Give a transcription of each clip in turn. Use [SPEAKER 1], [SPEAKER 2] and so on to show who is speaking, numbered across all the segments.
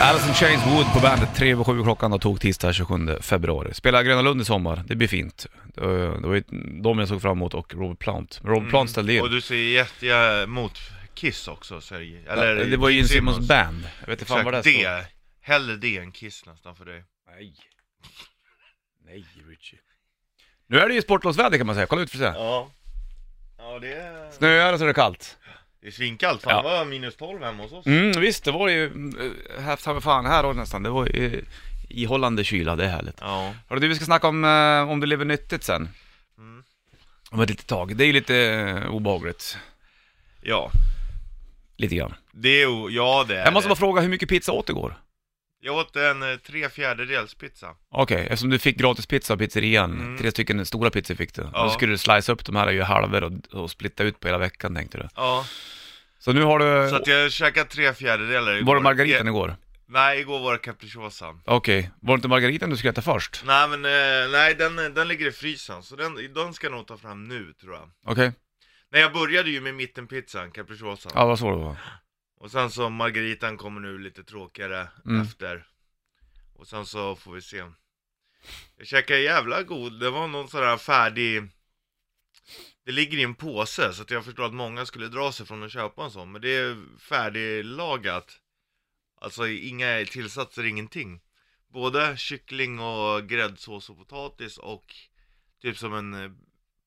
[SPEAKER 1] Alice in Chains Wood på bandet, 3 över 7 klockan och tog tisdag 27 februari. Spelar Gröna Lund i sommar, det blir fint. Eh, Det var ju de jag såg fram emot och Robert Plant. Men Robert Plant ställde in.
[SPEAKER 2] Mm. Och du ser jätte mot Kiss också, Sergej. Eller
[SPEAKER 1] Eh, det var ju
[SPEAKER 2] Gene
[SPEAKER 1] en Simmons band. Jag vet inte fan vad det
[SPEAKER 2] Exakt,
[SPEAKER 1] stod.
[SPEAKER 2] det. Hellre det än Kiss nästan för dig.
[SPEAKER 1] Nej. Nej, Richie. Nu är det ju sportlovsväder kan man säga, kolla ut för sig.
[SPEAKER 2] Ja. Ja, det är...
[SPEAKER 1] Snöar så är det kallt.
[SPEAKER 2] Det är svinkallt. Fan,
[SPEAKER 1] Ja.
[SPEAKER 2] det var minus 12 hemma hos oss.
[SPEAKER 1] Mm, visst, det var ju, eh, här ta mig fan, här har det nästan, det var ju eh, ihållande kyla, det är härligt.
[SPEAKER 2] Ja.
[SPEAKER 1] Hörru du, vi ska snacka om, eh, om du lever nyttigt sen.
[SPEAKER 2] Mm.
[SPEAKER 1] Om ett litet tag, det är ju lite eh, obehagligt.
[SPEAKER 2] Ja.
[SPEAKER 1] Lite grann.
[SPEAKER 2] Det är o... Ja, det är
[SPEAKER 1] Jag måste
[SPEAKER 2] det.
[SPEAKER 1] bara fråga hur mycket pizza åt igår?
[SPEAKER 2] Jag åt en eh, tre fjärdedels pizza.
[SPEAKER 1] Okej, eftersom du fick gratis pizza av pizzerian,
[SPEAKER 2] Mm.
[SPEAKER 1] tre stycken stora pizzor fick du.
[SPEAKER 2] Ja.
[SPEAKER 1] Då skulle du slicea upp de här i halvor och, och splitta ut på hela veckan tänkte du.
[SPEAKER 2] Ja.
[SPEAKER 1] Så nu har du,
[SPEAKER 2] Så att jag käkade tre fjärdedelar igår.
[SPEAKER 1] var det margariten
[SPEAKER 2] Ja,
[SPEAKER 1] igår?
[SPEAKER 2] Nej, igår var det capricciosa.
[SPEAKER 1] Okej, var det inte margariten du skulle äta först?
[SPEAKER 2] Nej men, eh, nej den, den ligger i frysen, så den, den ska jag nog ta fram nu tror jag.
[SPEAKER 1] Okej,
[SPEAKER 2] Nej jag började ju med mittenpizzan, capricciosan.
[SPEAKER 1] ja vad så det var.
[SPEAKER 2] Och sen så margaritan kommer nu lite tråkigare
[SPEAKER 1] Mm.
[SPEAKER 2] efter. Och sen så får vi se. Jag käkade jävla god, det var någon sån här färdig... Det ligger i en påse, så att jag förstår att många skulle dra sig från att köpa en sån, men det är färdiglagat. Alltså inga tillsatser, ingenting. Både kyckling och gräddsås och potatis och typ som en eh,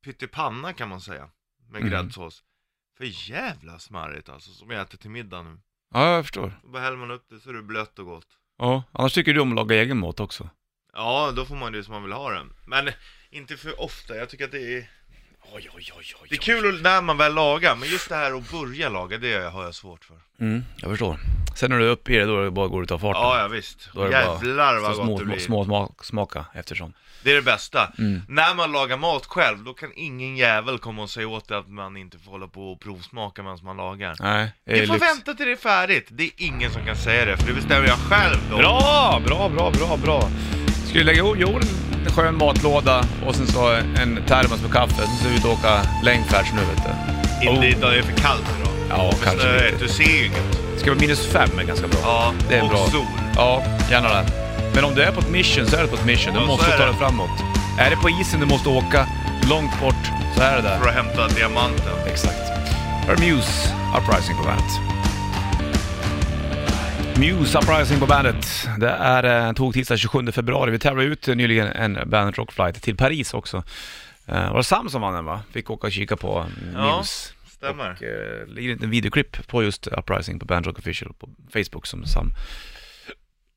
[SPEAKER 2] pyttipanna kan man säga. Med
[SPEAKER 1] Mm.
[SPEAKER 2] gräddsås. För jävla smarrigt alltså, som jag äter till middag nu.
[SPEAKER 1] Ja, jag förstår.
[SPEAKER 2] Då bara häller man upp det så är det blött och gott.
[SPEAKER 1] Ja, annars tycker du om att laga egen mat också.
[SPEAKER 2] Ja, då får man det som man vill ha det. Men inte för ofta, jag tycker att det är...
[SPEAKER 1] Oj, oj, oj, oj.
[SPEAKER 2] Det är kul att- när man väl lagar, men just det här att börja laga, det har jag svårt för.
[SPEAKER 1] Mm, jag förstår. Sen när du är uppe i det, då är det bara går ut av farten.
[SPEAKER 2] Ja, ja visst.
[SPEAKER 1] Då är det bara-
[SPEAKER 2] Jävlar vad
[SPEAKER 1] Så
[SPEAKER 2] gott
[SPEAKER 1] små,
[SPEAKER 2] det
[SPEAKER 1] små,
[SPEAKER 2] blir.
[SPEAKER 1] små smak, smaka eftersom.
[SPEAKER 2] Det är det bästa.
[SPEAKER 1] Mm.
[SPEAKER 2] När man lagar mat själv, då kan ingen jävel komma och säga åt dig att man inte får hålla på och provsmaka medan man lagar.
[SPEAKER 1] Nej, det
[SPEAKER 2] Du får vänta till det är färdigt. Det är ingen som kan säga det, för det bestämmer jag själv då.
[SPEAKER 1] Bra, bra, bra, bra, bra. Ska vi lägga ihop, jo, en skön matlåda och sen så en termos med kaffe. Sen ska vi ut och åka längdfärds nu vet du.
[SPEAKER 2] Inte idag, det är för kallt idag.
[SPEAKER 1] Ja,
[SPEAKER 2] Men
[SPEAKER 1] kanske
[SPEAKER 2] snöigt,
[SPEAKER 1] lite.
[SPEAKER 2] Du ser ju inget.
[SPEAKER 1] Ska vara minus fem är ganska bra.
[SPEAKER 2] Ja,
[SPEAKER 1] det är
[SPEAKER 2] och
[SPEAKER 1] bra.
[SPEAKER 2] sol.
[SPEAKER 1] Ja, gärna det. Men om du är på ett mission så är du på ett mission. Du
[SPEAKER 2] Ja, så
[SPEAKER 1] måste
[SPEAKER 2] är
[SPEAKER 1] ta
[SPEAKER 2] det.
[SPEAKER 1] dig framåt. Är det på isen du måste åka långt bort så är det där.
[SPEAKER 2] För att hämta diamanten.
[SPEAKER 1] Exakt. Här är Muse Uprising på bandet. Muse Uprising på bandet. Det är eh, tog tisdag 27 februari. Vi tävlade ut eh, nyligen en Bandet Rockflight till Paris också. Eh, var det Sam som vann den va? Fick åka och kika på eh,
[SPEAKER 2] Ja,
[SPEAKER 1] Muse.
[SPEAKER 2] stämmer.
[SPEAKER 1] Och, eh, ligger ett videoklipp på just Uprising på Bandet Rock Official på Facebook som Sam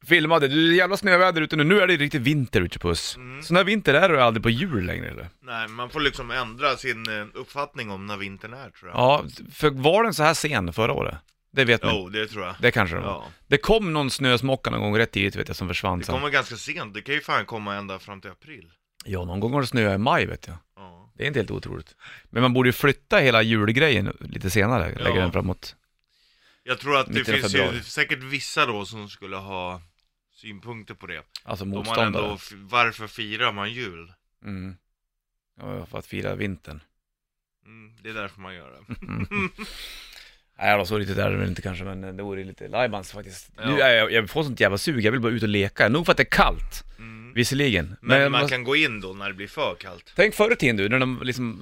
[SPEAKER 1] filmade. Du, det är jävla snöväder ute nu. Nu är det riktigt vinter ute på oss.
[SPEAKER 2] Mm.
[SPEAKER 1] Sån här vinter är du aldrig på jul längre eller?
[SPEAKER 2] Nej, man får liksom ändra sin eh, uppfattning om när vintern är tror jag.
[SPEAKER 1] Ja, för var den så här sen förra året? Det vet
[SPEAKER 2] Jo,
[SPEAKER 1] ni.
[SPEAKER 2] det tror jag.
[SPEAKER 1] Det kanske det var.
[SPEAKER 2] Ja.
[SPEAKER 1] Det kom någon snösmocka någon gång rätt tidigt vet jag som försvann
[SPEAKER 2] Det
[SPEAKER 1] sen.
[SPEAKER 2] kommer ganska sent, det kan ju fan komma ända fram till april.
[SPEAKER 1] Ja, någon gång har det snöat i maj vet jag.
[SPEAKER 2] Ja.
[SPEAKER 1] Det är inte helt otroligt. Men man borde ju flytta hela julgrejen lite senare, lägga
[SPEAKER 2] Ja.
[SPEAKER 1] den framåt.
[SPEAKER 2] Jag tror att det
[SPEAKER 1] Mitten av
[SPEAKER 2] finns
[SPEAKER 1] februari.
[SPEAKER 2] ju säkert vissa då som skulle ha synpunkter på det.
[SPEAKER 1] Alltså
[SPEAKER 2] Då man ändå,
[SPEAKER 1] motståndare.
[SPEAKER 2] f- varför firar man jul?
[SPEAKER 1] Mm. Ja, för att fira vintern.
[SPEAKER 2] Mm, det är därför man gör det. Mm.
[SPEAKER 1] Nej då, så riktigt är det väl inte kanske, men det vore lite lajbans faktiskt.
[SPEAKER 2] Ja.
[SPEAKER 1] Nu, är jag, jag får sånt jävla sug, jag vill bara ut och leka. Nog för att det är kallt,
[SPEAKER 2] Mm.
[SPEAKER 1] visserligen.
[SPEAKER 2] Men, man
[SPEAKER 1] vad-
[SPEAKER 2] kan gå in då när det blir för kallt.
[SPEAKER 1] Tänk förr i tiden du, när de liksom,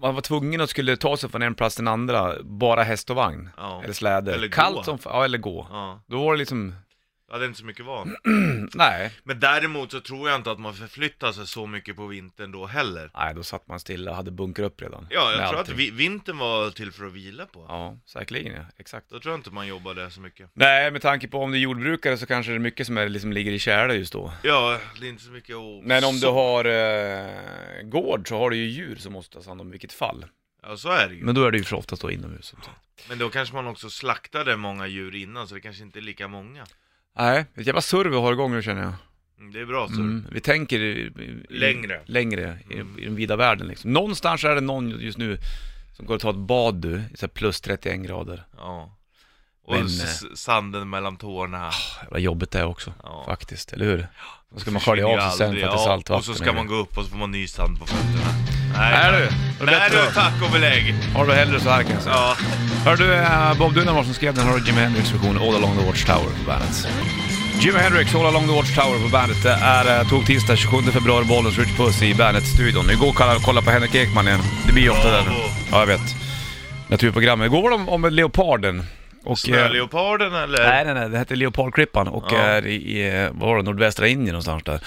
[SPEAKER 1] man var tvungen att skulle ta sig från en plats till den andra, bara häst och vagn.
[SPEAKER 2] Ja.
[SPEAKER 1] Eller släde.
[SPEAKER 2] Eller gå.
[SPEAKER 1] Kallt som f- ja eller gå.
[SPEAKER 2] Ja,
[SPEAKER 1] Då var det liksom,
[SPEAKER 2] jag hade inte så mycket val.
[SPEAKER 1] nej.
[SPEAKER 2] Men däremot så tror jag inte att man förflyttar sig så mycket på vintern då heller.
[SPEAKER 1] Nej, då satt man stilla och hade bunker upp redan.
[SPEAKER 2] Ja, jag
[SPEAKER 1] Med
[SPEAKER 2] tror
[SPEAKER 1] allting.
[SPEAKER 2] att vi, vintern var till för att vila på.
[SPEAKER 1] Ja, säkerligen ja, exakt.
[SPEAKER 2] Då tror jag inte man jobbade så mycket.
[SPEAKER 1] Nej, med tanke på om du är jordbrukare så kanske det är mycket som är, liksom ligger i tjäle just då.
[SPEAKER 2] Ja, det är inte så mycket att...
[SPEAKER 1] Men om
[SPEAKER 2] så...
[SPEAKER 1] du har eh, gård så har du ju djur som måste tas hand om i vilket fall.
[SPEAKER 2] Ja, så är det ju.
[SPEAKER 1] Men då är det ju för oftast då inomhus som sagt.
[SPEAKER 2] Men då kanske man också slaktade många djur innan, så det kanske inte är lika många.
[SPEAKER 1] Nej, ett jävla surr vi har igång nu känner jag.
[SPEAKER 2] Mm, Det är bra, så.
[SPEAKER 1] Mm, vi tänker i- i-
[SPEAKER 2] Längre.
[SPEAKER 1] längre i,
[SPEAKER 2] Mm.
[SPEAKER 1] i den vida världen liksom. Någonstans är det någon just nu som går och tar ett bad du, i så här plus 31 grader.
[SPEAKER 2] Ja. Och
[SPEAKER 1] Men, eh,
[SPEAKER 2] s- sanden mellan tårna.
[SPEAKER 1] Jävla jobbigt det är också,
[SPEAKER 2] Ja.
[SPEAKER 1] faktiskt, eller hur? Då ska man
[SPEAKER 2] Försvinner
[SPEAKER 1] skölja av
[SPEAKER 2] ju
[SPEAKER 1] sig sen
[SPEAKER 2] aldrig.
[SPEAKER 1] för att det är
[SPEAKER 2] Ja,
[SPEAKER 1] saltvatten.
[SPEAKER 2] Och så ska man gå upp och så får man ny sand på fötterna.
[SPEAKER 1] Nej du, det är
[SPEAKER 2] Nej
[SPEAKER 1] bättre.
[SPEAKER 2] du, tack och belägg!
[SPEAKER 1] Har du hellre så här kan jag säga.
[SPEAKER 2] Ja.
[SPEAKER 1] Hör du, eh, Bob Dylan var som skrev den, här har Jimi Hendrix version All Along the Watchtower på bandet. Jimi Hendrix All Along the Watchtower på bandet. Det är eh, tog tisdag 27 februari, Bollens Rich Puss i bandet-studion. Igår kollade jag kolla på Henrik Ekman igen. Det blir ju ofta
[SPEAKER 2] Bravo.
[SPEAKER 1] den. Ja, jag vet. Naturprogrammet. Igår var de om leoparden. Och, eh,
[SPEAKER 2] Snöleoparden eller?
[SPEAKER 1] Nej, nej, nej. Det hette Leopardklippan och
[SPEAKER 2] Ja.
[SPEAKER 1] är i, eh, vad var det, nordvästra Indien någonstans där.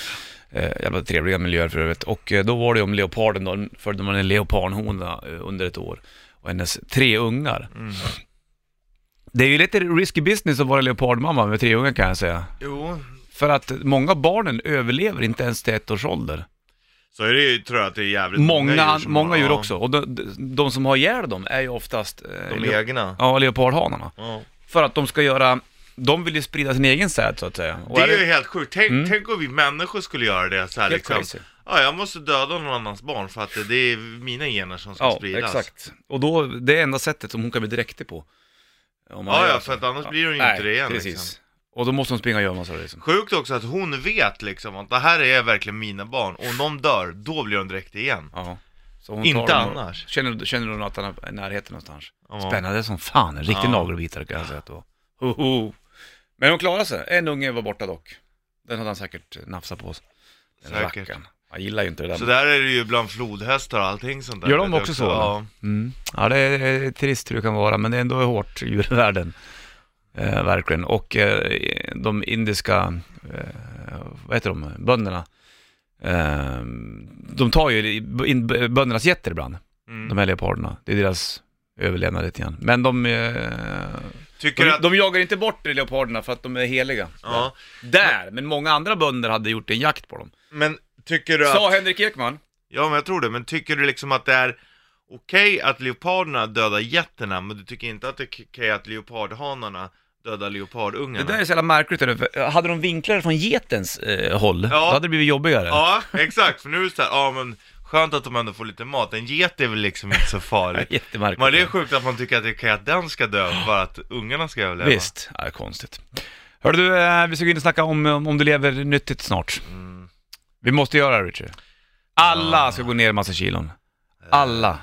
[SPEAKER 1] Eh, jävla trevliga miljöer för övrigt. Och eh, då var det om leoparden då, följde man en leopardhona eh, under ett år och hennes tre ungar.
[SPEAKER 2] Mm.
[SPEAKER 1] Det är ju lite risky business att vara leopardmamma med tre ungar kan jag säga.
[SPEAKER 2] Jo,
[SPEAKER 1] För att många av barnen överlever inte ens till ett års ålder.
[SPEAKER 2] så är det ju, tror jag att det är jävligt
[SPEAKER 1] Många, många, djur,
[SPEAKER 2] som- ja,
[SPEAKER 1] också. Och de, de, de som har ihjäl dem är ju oftast eh,
[SPEAKER 2] De
[SPEAKER 1] leop-
[SPEAKER 2] egna.
[SPEAKER 1] ja, leopardhanarna.
[SPEAKER 2] Ja.
[SPEAKER 1] För att de ska göra, de vill ju sprida sin egen säd så att säga. Och
[SPEAKER 2] Det
[SPEAKER 1] är det-
[SPEAKER 2] är ju helt sjukt. Tänk, tänk om vi människor skulle göra det så här
[SPEAKER 1] Mm. Helt
[SPEAKER 2] liksom.
[SPEAKER 1] crazy.
[SPEAKER 2] Ja, jag måste döda någon annans barn för att det- det är mina gener som ska
[SPEAKER 1] Ja,
[SPEAKER 2] spridas.
[SPEAKER 1] exakt. Och då, det är enda sättet som hon kan bli dräktig på. Om man
[SPEAKER 2] Ja,
[SPEAKER 1] gör
[SPEAKER 2] ja,
[SPEAKER 1] så.
[SPEAKER 2] för att annars
[SPEAKER 1] Ja.
[SPEAKER 2] blir hon ju
[SPEAKER 1] Nej,
[SPEAKER 2] inte det igen.
[SPEAKER 1] precis.
[SPEAKER 2] Liksom.
[SPEAKER 1] Och då måste hon springa och gömma sig liksom.
[SPEAKER 2] Sjukt också att hon vet liksom att det här är verkligen mina barn. Och om de dör, då blir hon direkt igen.
[SPEAKER 1] Ja. Så hon
[SPEAKER 2] Inte
[SPEAKER 1] tar dem och-
[SPEAKER 2] annars.
[SPEAKER 1] Känner, känner hon att han är i närheten någonstans?
[SPEAKER 2] Ja.
[SPEAKER 1] Spännande som fan, en riktig
[SPEAKER 2] Ja.
[SPEAKER 1] nagelbitare kan jag säga att det var. Ho, ho. Men hon klarade sig. En unge var borta dock. Den hade han säkert nafsat på. Den
[SPEAKER 2] Säkert.
[SPEAKER 1] rackaren. Han gillar ju inte det där.
[SPEAKER 2] Så där är det ju bland flodhästar och allting sånt där.
[SPEAKER 1] Gör de
[SPEAKER 2] vet jag
[SPEAKER 1] också så,
[SPEAKER 2] Ja.
[SPEAKER 1] Mm. Ja, det är, det är trist hur det kan vara, men det är ändå hårt i djurvärlden. Eh, verkligen. Och eh, de indiska, eh, vad heter de, bönderna. Eh, de tar ju in böndernas getter ibland,
[SPEAKER 2] Mm.
[SPEAKER 1] de här leoparderna. Det är deras överlevnad lite grann. Men de, eh,
[SPEAKER 2] Tycker
[SPEAKER 1] de,
[SPEAKER 2] att...
[SPEAKER 1] de jagar inte bort leoparderna för att de är heliga.
[SPEAKER 2] Ja.
[SPEAKER 1] Där, men många andra bönder hade gjort en jakt på dem.
[SPEAKER 2] Men tycker du att...
[SPEAKER 1] Sa Henrik Ekman.
[SPEAKER 2] Ja, men jag tror det. Men tycker du liksom att det är okej att leoparderna dödar getterna, men du tycker inte att det är okej att leopardhanarna dödar
[SPEAKER 1] Det
[SPEAKER 2] leopardungarna?
[SPEAKER 1] där är så jävla märkligt. eller? För Hade de vinklar från getens eh, håll, då hade det blivit jobbigare.
[SPEAKER 2] Ja, exakt. För nu är det så här, ja men skönt att de ändå får lite mat. En get är väl liksom inte så farlig.
[SPEAKER 1] Jättemärkligt.
[SPEAKER 2] Men det är sjukt att man tycker att det är okej att den ska dö för att ungarna ska överleva.
[SPEAKER 1] Visst, ja, det är konstigt. Hörru du, eh, vi ska gå in och snacka om, om om du lever nyttigt snart.
[SPEAKER 2] Mm.
[SPEAKER 1] Vi måste göra det Richie. Alla ska gå ner en massa kilon. Alla.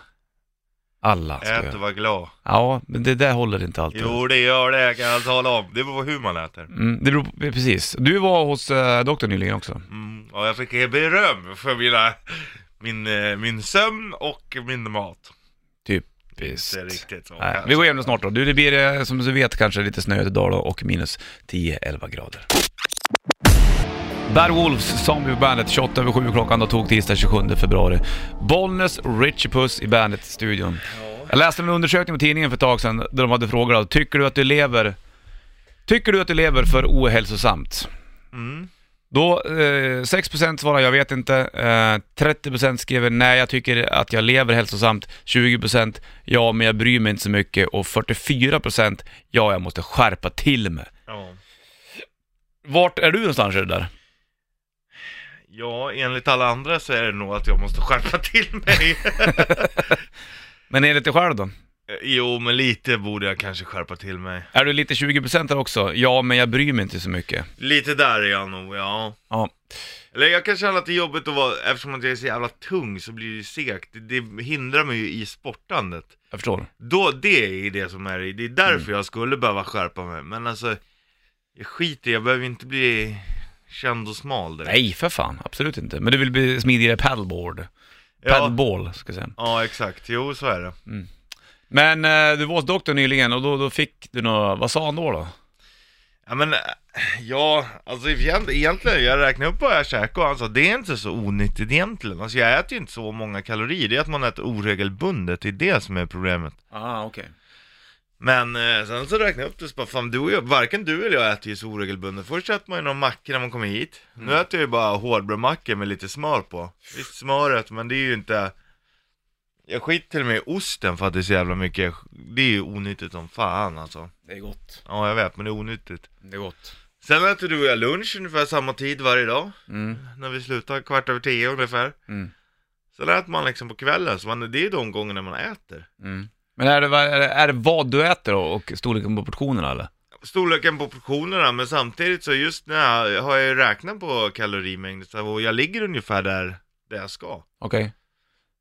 [SPEAKER 1] Alla ska
[SPEAKER 2] Eh. Ät och
[SPEAKER 1] göra.
[SPEAKER 2] var glad.
[SPEAKER 1] Ja, men det där håller inte alltid.
[SPEAKER 2] Jo, det gör det. Jag kan jag tala om. Det beror på hur man äter.
[SPEAKER 1] Mm, det beror på, precis. Du var hos eh, doktorn nyligen också.
[SPEAKER 2] Mm, och jag fick beröm för mina, min, eh, min sömn och min mat.
[SPEAKER 1] Visst.
[SPEAKER 2] Det är riktigt så.
[SPEAKER 1] Nej,
[SPEAKER 2] kanske.
[SPEAKER 1] vi går igenom det snart då. Du, det blir eh, som du vet kanske lite snö idag då och minus 10-11 grader. Bad Wolves, Zombie på bandet, 28 över 7 klockan då tog tisdag 27 februari. Bollnäs Richie Puss i bandet-studion. Jag läste en undersökning på tidningen för ett tag sedan där de hade frågat tycker du att du lever, tycker du att du lever för ohälsosamt?
[SPEAKER 2] Mm.
[SPEAKER 1] Då, eh, 6% svarar jag vet inte, eh, 30% skriver nej jag tycker att jag lever hälsosamt, 20% ja men jag bryr mig inte så mycket och 44% ja jag måste skärpa till mig.
[SPEAKER 2] Ja.
[SPEAKER 1] Vart är du någonstans i det där?
[SPEAKER 2] ja, enligt alla andra så är det nog att jag måste skärpa till mig.
[SPEAKER 1] Men enligt dig själv då?
[SPEAKER 2] jo, men lite borde jag kanske skärpa till mig.
[SPEAKER 1] Är du lite 20% där också? Ja men jag bryr mig inte så mycket.
[SPEAKER 2] Lite där är jag nog, ja.
[SPEAKER 1] Ja,
[SPEAKER 2] Eller jag kan känna att det är jobbigt att vara, eftersom att jag är så jävla tung så blir det ju segt. Det, det hindrar mig ju i sportandet.
[SPEAKER 1] jag förstår.
[SPEAKER 2] Då, det är ju det som är det. är därför jag skulle behöva skärpa mig. Men alltså, jag skiter i det. jag behöver inte bli känd och smal direkt.
[SPEAKER 1] Nej för fan, absolut inte. Men du vill bli smidigare paddleboard?
[SPEAKER 2] Ja,
[SPEAKER 1] Paddleball ska jag säga.
[SPEAKER 2] ja, exakt. Jo, så är det.
[SPEAKER 1] Men eh, du var hos doktorn nyligen och då, då fick du några, vad sa han då då?
[SPEAKER 2] Ja men, äh, ja, alltså egent- egentligen, jag räknade upp vad jag käkade och han sa det är inte så onyttigt egentligen. Alltså jag äter ju inte så många kalorier, det är att man äter oregelbundet, det är det som är problemet.
[SPEAKER 1] Ah okej.
[SPEAKER 2] Men eh, sen så räknade jag upp det och så bara, fan du och jag, varken du eller jag äter ju så oregelbundet. Först äter man ju någon macka när man kommer hit. Nu äter jag ju bara hårdbrödmackor med lite smör på. Visst smöret, men det är ju inte... Jag skiter till och med i osten för att det är så jävla mycket, det är ju onyttigt som fan alltså.
[SPEAKER 1] Det är gott.
[SPEAKER 2] Ja jag vet, men det är onyttigt.
[SPEAKER 1] Det är gott.
[SPEAKER 2] Sen äter du och jag lunch ungefär samma tid varje dag,
[SPEAKER 1] Mm.
[SPEAKER 2] när vi slutar, kvart över tio ungefär.
[SPEAKER 1] Mm.
[SPEAKER 2] Sen äter man liksom på kvällen, så man, det är ju de gångerna man äter.
[SPEAKER 1] Mm. Men är det, vad- är, det, är det vad du äter och, och storleken på portionerna eller?
[SPEAKER 2] Storleken på portionerna, men samtidigt så just nu har jag ju räknat på kalorimängden, så- och jag ligger ungefär där, där jag ska.
[SPEAKER 1] Okej.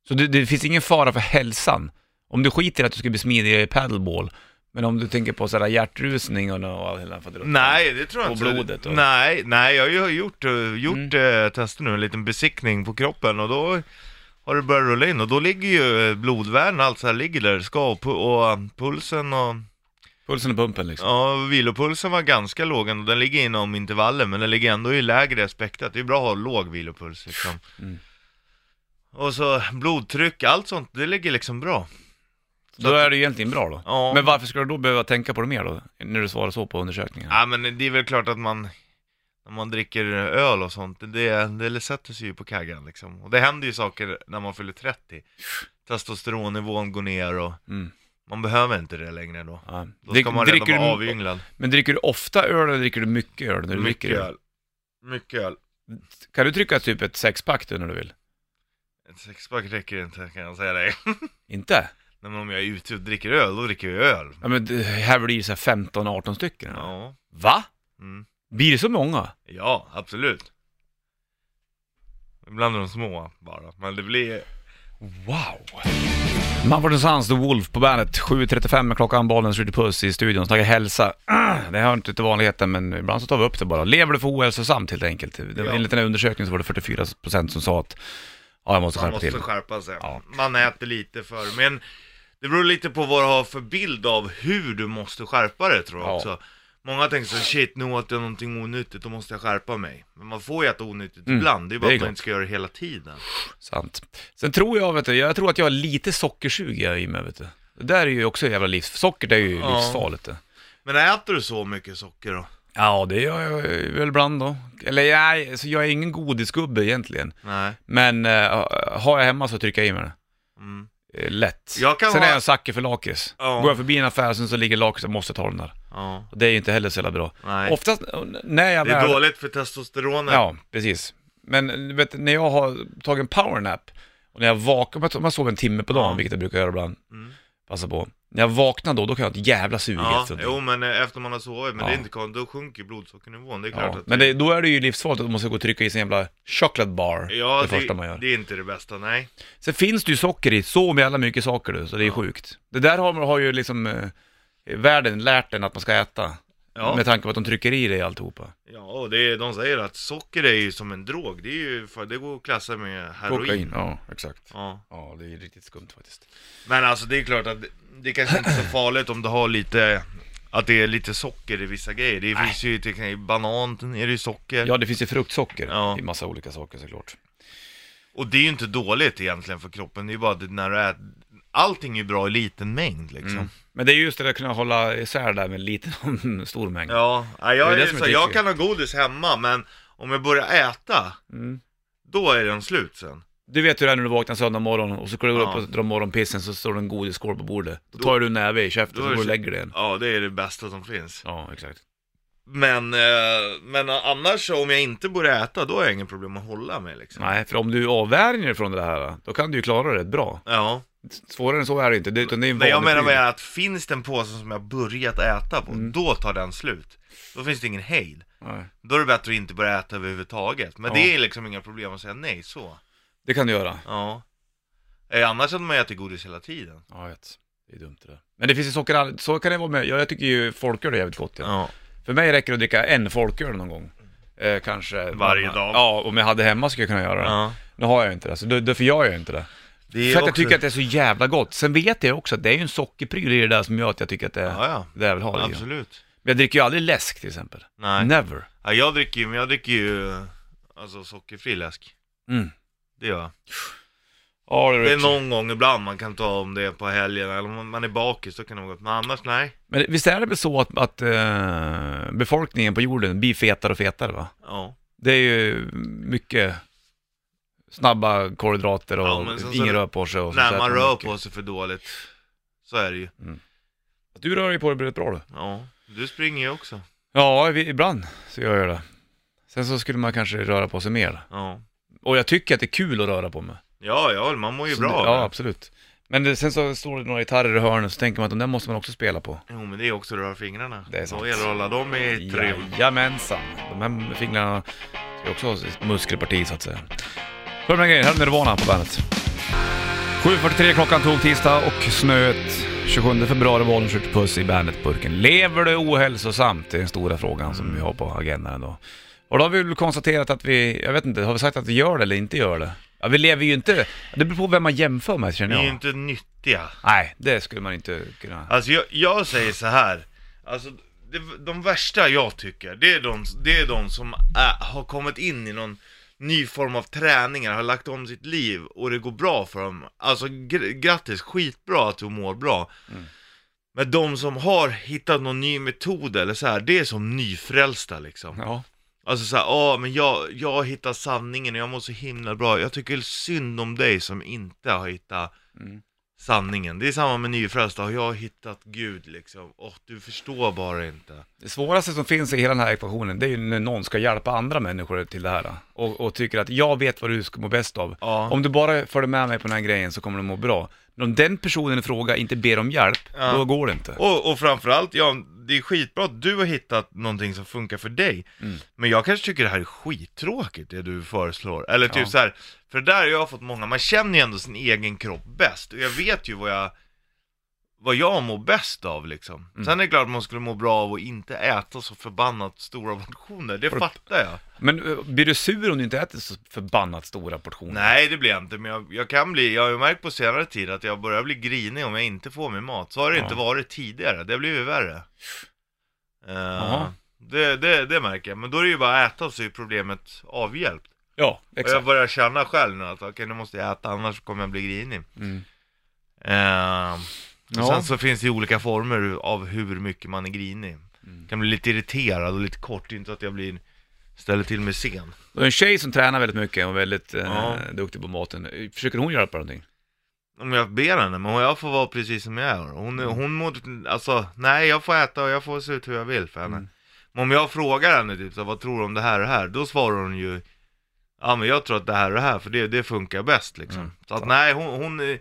[SPEAKER 1] Så det, det finns ingen fara för hälsan. Om du skiter i att du ska bli smidigare i paddleball, men om du tänker på sådär hjärtrusning och, nå- och hela faderullan.
[SPEAKER 2] Nej, det tror jag
[SPEAKER 1] Och
[SPEAKER 2] inte.
[SPEAKER 1] blodet Mm. och-
[SPEAKER 2] Nej, nej, jag har ju gjort, eh, gjort eh, tester nu, en liten besiktning på kroppen och då har det börjat rulla in och då ligger ju eh, blodvärden och allt så här ligger där, det ska och, pu- och pulsen och
[SPEAKER 1] Pulsen och pumpen liksom.
[SPEAKER 2] ja, vilopulsen var ganska låg ändå, den ligger inom intervallen men den ligger ändå i lägre aspektet. Det är bra att ha låg vilopuls liksom.
[SPEAKER 1] Mm.
[SPEAKER 2] Och så blodtryck, allt sånt, det ligger liksom bra.
[SPEAKER 1] Då är det ju egentligen bra då.
[SPEAKER 2] Ja.
[SPEAKER 1] Men varför ska du då behöva tänka på det mer då? När du svarar så på undersökningen?
[SPEAKER 2] Ja men det är väl klart att man när man dricker öl och sånt, det, det sätter sig ju på kaggan liksom. Och det händer ju saker när man fyller 30. Testosteronnivån går ner och
[SPEAKER 1] Mm.
[SPEAKER 2] man behöver inte det längre då.
[SPEAKER 1] Ja.
[SPEAKER 2] Då
[SPEAKER 1] Drick-
[SPEAKER 2] ska man
[SPEAKER 1] dricker
[SPEAKER 2] redan vara
[SPEAKER 1] du-
[SPEAKER 2] avynglad.
[SPEAKER 1] Men dricker du ofta öl eller dricker du mycket öl när du
[SPEAKER 2] Mycket
[SPEAKER 1] dricker?
[SPEAKER 2] öl. Mycket öl.
[SPEAKER 1] Kan du trycka typ ett sexpack då när du vill?
[SPEAKER 2] Ett sexpack räcker inte kan jag säga dig.
[SPEAKER 1] Inte?
[SPEAKER 2] Nej, men om jag är ute och dricker öl, då dricker jag öl.
[SPEAKER 1] Ja men det här blir det så här 15-18 stycken. eller?
[SPEAKER 2] Ja.
[SPEAKER 1] Va?
[SPEAKER 2] Mm.
[SPEAKER 1] Blir det så många?
[SPEAKER 2] Ja, absolut. Ibland är de små bara, men det blir...
[SPEAKER 1] Wow! Mumford Sons, The Wolf på bandet. 7.35 med klockan, bollen skjuter puss i studion. Snacka hälsa. Det hör inte till vanligheten men ibland så tar vi upp det bara. Lever du för ohälsosamt helt enkelt? Det var-
[SPEAKER 2] Ja.
[SPEAKER 1] Enligt den här undersökningen så var det 44% som sa att ja, jag måste
[SPEAKER 2] Man
[SPEAKER 1] skärpa
[SPEAKER 2] måste
[SPEAKER 1] till.
[SPEAKER 2] skärpa sig.
[SPEAKER 1] Ja.
[SPEAKER 2] Man äter lite för, men det beror lite på vad du har för bild av hur du måste skärpa det tror jag
[SPEAKER 1] Ja.
[SPEAKER 2] också. Många tänker så shit nu åt jag någonting onyttigt, då måste jag skärpa mig. Men man får ju äta onyttigt
[SPEAKER 1] Mm,
[SPEAKER 2] ibland, det är
[SPEAKER 1] det
[SPEAKER 2] bara
[SPEAKER 1] är
[SPEAKER 2] att man
[SPEAKER 1] gott.
[SPEAKER 2] inte ska göra det hela tiden.
[SPEAKER 1] Sant. Sen tror jag, vet du, jag tror att jag har lite sockersug jag i mig vet du. Det där är ju också jävla livs... Socker det är ju
[SPEAKER 2] Ja.
[SPEAKER 1] livsfarligt det.
[SPEAKER 2] Men äter du så mycket socker då?
[SPEAKER 1] Ja, det gör jag väl ibland då. Eller nej, så jag är ingen godisgubbe egentligen.
[SPEAKER 2] Nej.
[SPEAKER 1] Men eh, har jag hemma så trycker jag i mig det.
[SPEAKER 2] Mm.
[SPEAKER 1] Eh, Lätt.
[SPEAKER 2] Jag kan
[SPEAKER 1] sen
[SPEAKER 2] ha-
[SPEAKER 1] är jag en sucker för lakrits.
[SPEAKER 2] Ja.
[SPEAKER 1] Går jag förbi en affär sen så ligger lakrits, jag måste ta den där.
[SPEAKER 2] Ja.
[SPEAKER 1] Och Det är ju inte heller så jävla bra.
[SPEAKER 2] Nej.
[SPEAKER 1] Oftast eh, när jag
[SPEAKER 2] det är
[SPEAKER 1] väl...
[SPEAKER 2] dåligt för testosteronet.
[SPEAKER 1] Ja, precis. Men eh, du vet, när jag har tagit en powernap och när jag vaknar, om jag- om jag sover en timme på dagen,
[SPEAKER 2] Ja.
[SPEAKER 1] vilket jag brukar göra ibland,
[SPEAKER 2] Mm.
[SPEAKER 1] passa på. När jag vaknar då, då kan jag ha ett jävla sug
[SPEAKER 2] Ja,
[SPEAKER 1] helt enkelt.
[SPEAKER 2] jo men eh, efter man har sovit, men
[SPEAKER 1] Ja.
[SPEAKER 2] det är inte konstigt, då sjunker blodsockernivån, det är klart
[SPEAKER 1] Ja,
[SPEAKER 2] att
[SPEAKER 1] men det, då är det ju livsfarligt att man ska gå och trycka i sin jävla chocolate bar
[SPEAKER 2] ja,
[SPEAKER 1] det första man gör.
[SPEAKER 2] det är inte det bästa, nej.
[SPEAKER 1] Sen finns det ju socker i så jävla mycket saker du, så det är
[SPEAKER 2] Ja.
[SPEAKER 1] sjukt. Det där har, har ju liksom eh, världen lärt en att man ska äta.
[SPEAKER 2] Ja.
[SPEAKER 1] Med tanke på att de trycker i dig alltihopa.
[SPEAKER 2] Ja, och det är, de säger att socker är ju som en drog, det, är ju, för, det går att klassa med heroin.
[SPEAKER 1] Kokain. Ja, exakt.
[SPEAKER 2] Ja.
[SPEAKER 1] Ja, det är ju riktigt skumt faktiskt.
[SPEAKER 2] Men alltså det är klart att det, det kanske inte är så farligt om du har lite, att det är lite socker i vissa grejer. Det finns ju till exempel i banan är det ju socker.
[SPEAKER 1] Ja, det finns ju fruktsocker
[SPEAKER 2] Ja.
[SPEAKER 1] i massa olika saker såklart.
[SPEAKER 2] Och det är ju inte dåligt egentligen för kroppen, det är ju bara att när du äter, allting är ju bra i liten mängd liksom.
[SPEAKER 1] Men det är just det där att kunna hålla isär det där med liten och stor mängd.
[SPEAKER 2] Ja, nej,
[SPEAKER 1] Det
[SPEAKER 2] jag,
[SPEAKER 1] är det
[SPEAKER 2] är
[SPEAKER 1] som är
[SPEAKER 2] så, jag
[SPEAKER 1] tricky.
[SPEAKER 2] kan ha godis hemma men om jag börjar äta,
[SPEAKER 1] Mm.
[SPEAKER 2] då är den slut sen.
[SPEAKER 1] Du vet hur det är när du vaknar söndag morgon och så går du
[SPEAKER 2] Ja.
[SPEAKER 1] upp och drar morgonpissen så står det en godisskål på bordet. Då
[SPEAKER 2] Då-
[SPEAKER 1] tar du en näve i käften
[SPEAKER 2] då
[SPEAKER 1] och går
[SPEAKER 2] är det
[SPEAKER 1] och
[SPEAKER 2] så-
[SPEAKER 1] lägger den.
[SPEAKER 2] Ja, det är det bästa som finns.
[SPEAKER 1] Ja, exakt.
[SPEAKER 2] Men, eh, men annars om jag inte börjar äta, då har jag ingen problem att hålla mig liksom.
[SPEAKER 1] Nej, för om du avvärjer dig från det här, då kan du ju klara det rätt bra.
[SPEAKER 2] Ja,
[SPEAKER 1] Svårare än så är det inte, det, utan det är en
[SPEAKER 2] men jag
[SPEAKER 1] vanlig
[SPEAKER 2] menar
[SPEAKER 1] pryl.
[SPEAKER 2] med att finns det en påse som jag börjat äta på,
[SPEAKER 1] Mm.
[SPEAKER 2] då tar den slut. Då finns det ingen hejd.
[SPEAKER 1] Nej,
[SPEAKER 2] Då är det bättre att inte börja äta överhuvudtaget. Men
[SPEAKER 1] Ja.
[SPEAKER 2] det är liksom inga problem att säga nej så.
[SPEAKER 1] Det kan du göra.
[SPEAKER 2] Ja. Eh, annars hade man ätit godis hela tiden.
[SPEAKER 1] Ja, jag vet. Det är dumt det där. Men det finns ju socker, så kan det vara med, jag, jag tycker ju folköl är jävligt gott. Ja.
[SPEAKER 2] Ja.
[SPEAKER 1] För mig räcker det att dricka en folköl någon gång. Eh, kanske
[SPEAKER 2] Varje dag.
[SPEAKER 1] Ja, om jag hade hemma skulle jag kunna göra det.
[SPEAKER 2] ja.
[SPEAKER 1] Nu har jag ju inte det, så då- därför gör jag ju inte det.
[SPEAKER 2] Det
[SPEAKER 1] För att jag
[SPEAKER 2] också-
[SPEAKER 1] tycker att det är så jävla gott. Sen vet jag också att det är ju en sockerpryl i det där som gör att jag tycker att det är
[SPEAKER 2] Ja, ja.
[SPEAKER 1] det jag vill ha i. Men
[SPEAKER 2] Absolut.
[SPEAKER 1] jag dricker ju aldrig läsk till exempel.
[SPEAKER 2] Nej.
[SPEAKER 1] Never.
[SPEAKER 2] Ja, jag dricker ju, men jag dricker ju eh, alltså sockerfri läsk.
[SPEAKER 1] Mm.
[SPEAKER 2] Det gör jag.
[SPEAKER 1] Ja, det är
[SPEAKER 2] Det är
[SPEAKER 1] Richie.
[SPEAKER 2] någon gång ibland man kan ta om det är på helgen eller om man är bakis då kan det vara gott. Men annars nej.
[SPEAKER 1] Men visst är det väl så att, att eh, befolkningen på jorden blir fetare och fetare va?
[SPEAKER 2] Ja.
[SPEAKER 1] Det är ju mycket snabba kolhydrater och
[SPEAKER 2] Ja, men sen så-
[SPEAKER 1] ingen rör på sig. Och så
[SPEAKER 2] När
[SPEAKER 1] äter
[SPEAKER 2] man rör
[SPEAKER 1] mycket.
[SPEAKER 2] på sig för dåligt. Så är det ju.
[SPEAKER 1] Du rör ju på dig rätt bra du.
[SPEAKER 2] Ja. Du springer ju också.
[SPEAKER 1] Ja, vi- ibland så gör jag det. Sen så skulle man kanske röra på sig mer.
[SPEAKER 2] Ja.
[SPEAKER 1] Och jag tycker att det är kul att röra på mig.
[SPEAKER 2] Ja, ja, man mår ju
[SPEAKER 1] Så
[SPEAKER 2] bra
[SPEAKER 1] det-
[SPEAKER 2] av
[SPEAKER 1] Ja,
[SPEAKER 2] det.
[SPEAKER 1] absolut. Men det, sen så står det några gitarrer i hörnet så tänker man att de där måste man också spela på.
[SPEAKER 2] Jo, men det är också att röra fingrarna.
[SPEAKER 1] Det är sant.
[SPEAKER 2] Då gäller det att hålla dem i trim.
[SPEAKER 1] Jajamensan. De här fingrarna ska ju också ha sitt muskelparti så att säga. Hör med grejen, här är Nirvana på bandet. 7.43 klockan tog tisdag och snöet 27 februari var skjuter puss i Bandetburken. Lever du ohälsosamt? Det är den stora frågan som vi har på agendan idag. Och då har vi väl konstaterat att vi, jag vet inte, har vi sagt att vi gör det eller inte gör det? Ja, vi lever ju inte, det beror på vem man jämför med
[SPEAKER 2] Ni
[SPEAKER 1] känner
[SPEAKER 2] är
[SPEAKER 1] jag.
[SPEAKER 2] ju inte nyttiga.
[SPEAKER 1] Nej, det skulle man inte kunna.
[SPEAKER 2] Alltså jag, jag säger så här. Alltså det, de värsta jag tycker, det är de, det är de som är, har kommit in i någon ny form av träningar, har lagt om sitt liv och det går bra för dem. Alltså gr- grattis, skitbra att du mår bra. Men de som har hittat någon ny metod eller så här, det är som nyfrälsta liksom.
[SPEAKER 1] Ja.
[SPEAKER 2] Alltså såhär, åh men jag, jag hittar sanningen och jag mår så himla bra. Jag tycker synd om dig som inte har hittat
[SPEAKER 1] Mm.
[SPEAKER 2] sanningen. Det är samma med nyfrälsta, har jag hittat Gud liksom? Åh, du förstår bara inte.
[SPEAKER 1] Det svåraste som finns i hela den här ekvationen, det är ju när någon ska hjälpa andra människor till det här. Och, och tycker att jag vet vad du ska må bäst av.
[SPEAKER 2] Ja.
[SPEAKER 1] Om du bara följer med mig på den här grejen så kommer du må bra. Men om den personen i fråga inte ber om hjälp,
[SPEAKER 2] Ja.
[SPEAKER 1] då går det inte.
[SPEAKER 2] Och, och framförallt, ja, det är skitbra att du har hittat någonting som funkar för dig.
[SPEAKER 1] Mm.
[SPEAKER 2] Men jag kanske tycker det här är skittråkigt, det du föreslår. Eller typ
[SPEAKER 1] Ja.
[SPEAKER 2] så här, för där har jag fått många, man känner ju ändå sin egen kropp bäst. Och jag vet ju vad jag, vad jag mår bäst av liksom.
[SPEAKER 1] Mm.
[SPEAKER 2] Sen är det klart att man skulle må bra av att inte äta så förbannat stora portioner, det fattar jag.
[SPEAKER 1] Men eh, blir du sur om du inte äter så förbannat stora portioner?
[SPEAKER 2] Nej det blir jag inte, men jag, jag kan bli, jag har ju märkt på senare tid att jag börjar bli grinig om jag inte får min mat. Så har det
[SPEAKER 1] Ja.
[SPEAKER 2] inte varit tidigare, det har blivit värre. Eh,
[SPEAKER 1] Jaha.
[SPEAKER 2] det, det, det märker jag, men då är det ju bara att äta så är problemet avhjälpt.
[SPEAKER 1] Ja,
[SPEAKER 2] Och jag
[SPEAKER 1] exakt.
[SPEAKER 2] börjar känna själv nu att okej nu måste jag äta annars kommer jag bli grinig.
[SPEAKER 1] Mm.
[SPEAKER 2] Eh, och
[SPEAKER 1] Ja.
[SPEAKER 2] Sen så finns det ju olika former av hur mycket man är grinig.
[SPEAKER 1] Mm.
[SPEAKER 2] Kan bli lite irriterad och lite kort, inte att jag blir ställer till med sen.
[SPEAKER 1] Det är en tjej som tränar väldigt mycket och väldigt eh,
[SPEAKER 2] Ja.
[SPEAKER 1] duktig på maten. eh, Försöker hon hjälpa någonting?
[SPEAKER 2] Om jag ber henne, men jag får vara precis som jag är. Hon, hon mår, alltså, nej jag får äta och jag får se ut hur jag vill för henne. Men om jag frågar henne typ så, här, vad tror du om det här och det här? Då svarar hon ju, ja men jag tror att det här och det här, för det, det funkar bäst liksom.
[SPEAKER 1] Mm.
[SPEAKER 2] Så att nej, hon, hon eh,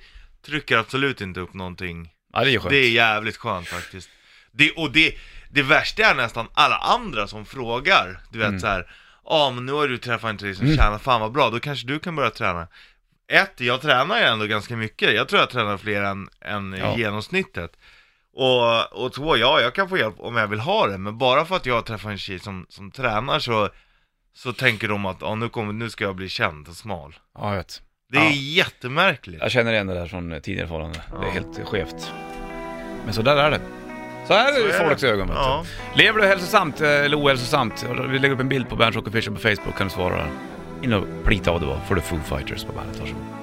[SPEAKER 2] trycker absolut inte upp någonting.
[SPEAKER 1] Ja, det är ju skönt.
[SPEAKER 2] Det är jävligt skönt faktiskt. Det, och det, det värsta är nästan alla andra som frågar, du
[SPEAKER 1] Mm.
[SPEAKER 2] vet så här. Ja men nu har du träffat en tjej som tjänar fan vad bra, då kanske du kan börja träna. Ett, jag tränar ju ändå ganska mycket, jag tror jag tränar fler än, än
[SPEAKER 1] Ja.
[SPEAKER 2] genomsnittet. Och, och två, ja jag kan få hjälp om jag vill ha det, men bara för att jag träffar en tjej som, som tränar så, så tänker de att ja, nu, kommer, nu ska jag bli känd och smal.
[SPEAKER 1] Ja, jag vet.
[SPEAKER 2] Det är
[SPEAKER 1] Ja.
[SPEAKER 2] jättemärkligt.
[SPEAKER 1] Jag känner igen det där från eh, tidigare förhållanden. Det är helt skevt. Men så där är det. Så här är det i
[SPEAKER 2] är det.
[SPEAKER 1] folks ögon vet
[SPEAKER 2] Ja.
[SPEAKER 1] du. Lever du hälsosamt eh, eller ohälsosamt? Vi lägger upp en bild på Bernt Official på Facebook kan du svara. In och plita av det bara. Får du Foo Fighters på bandet, varsågod.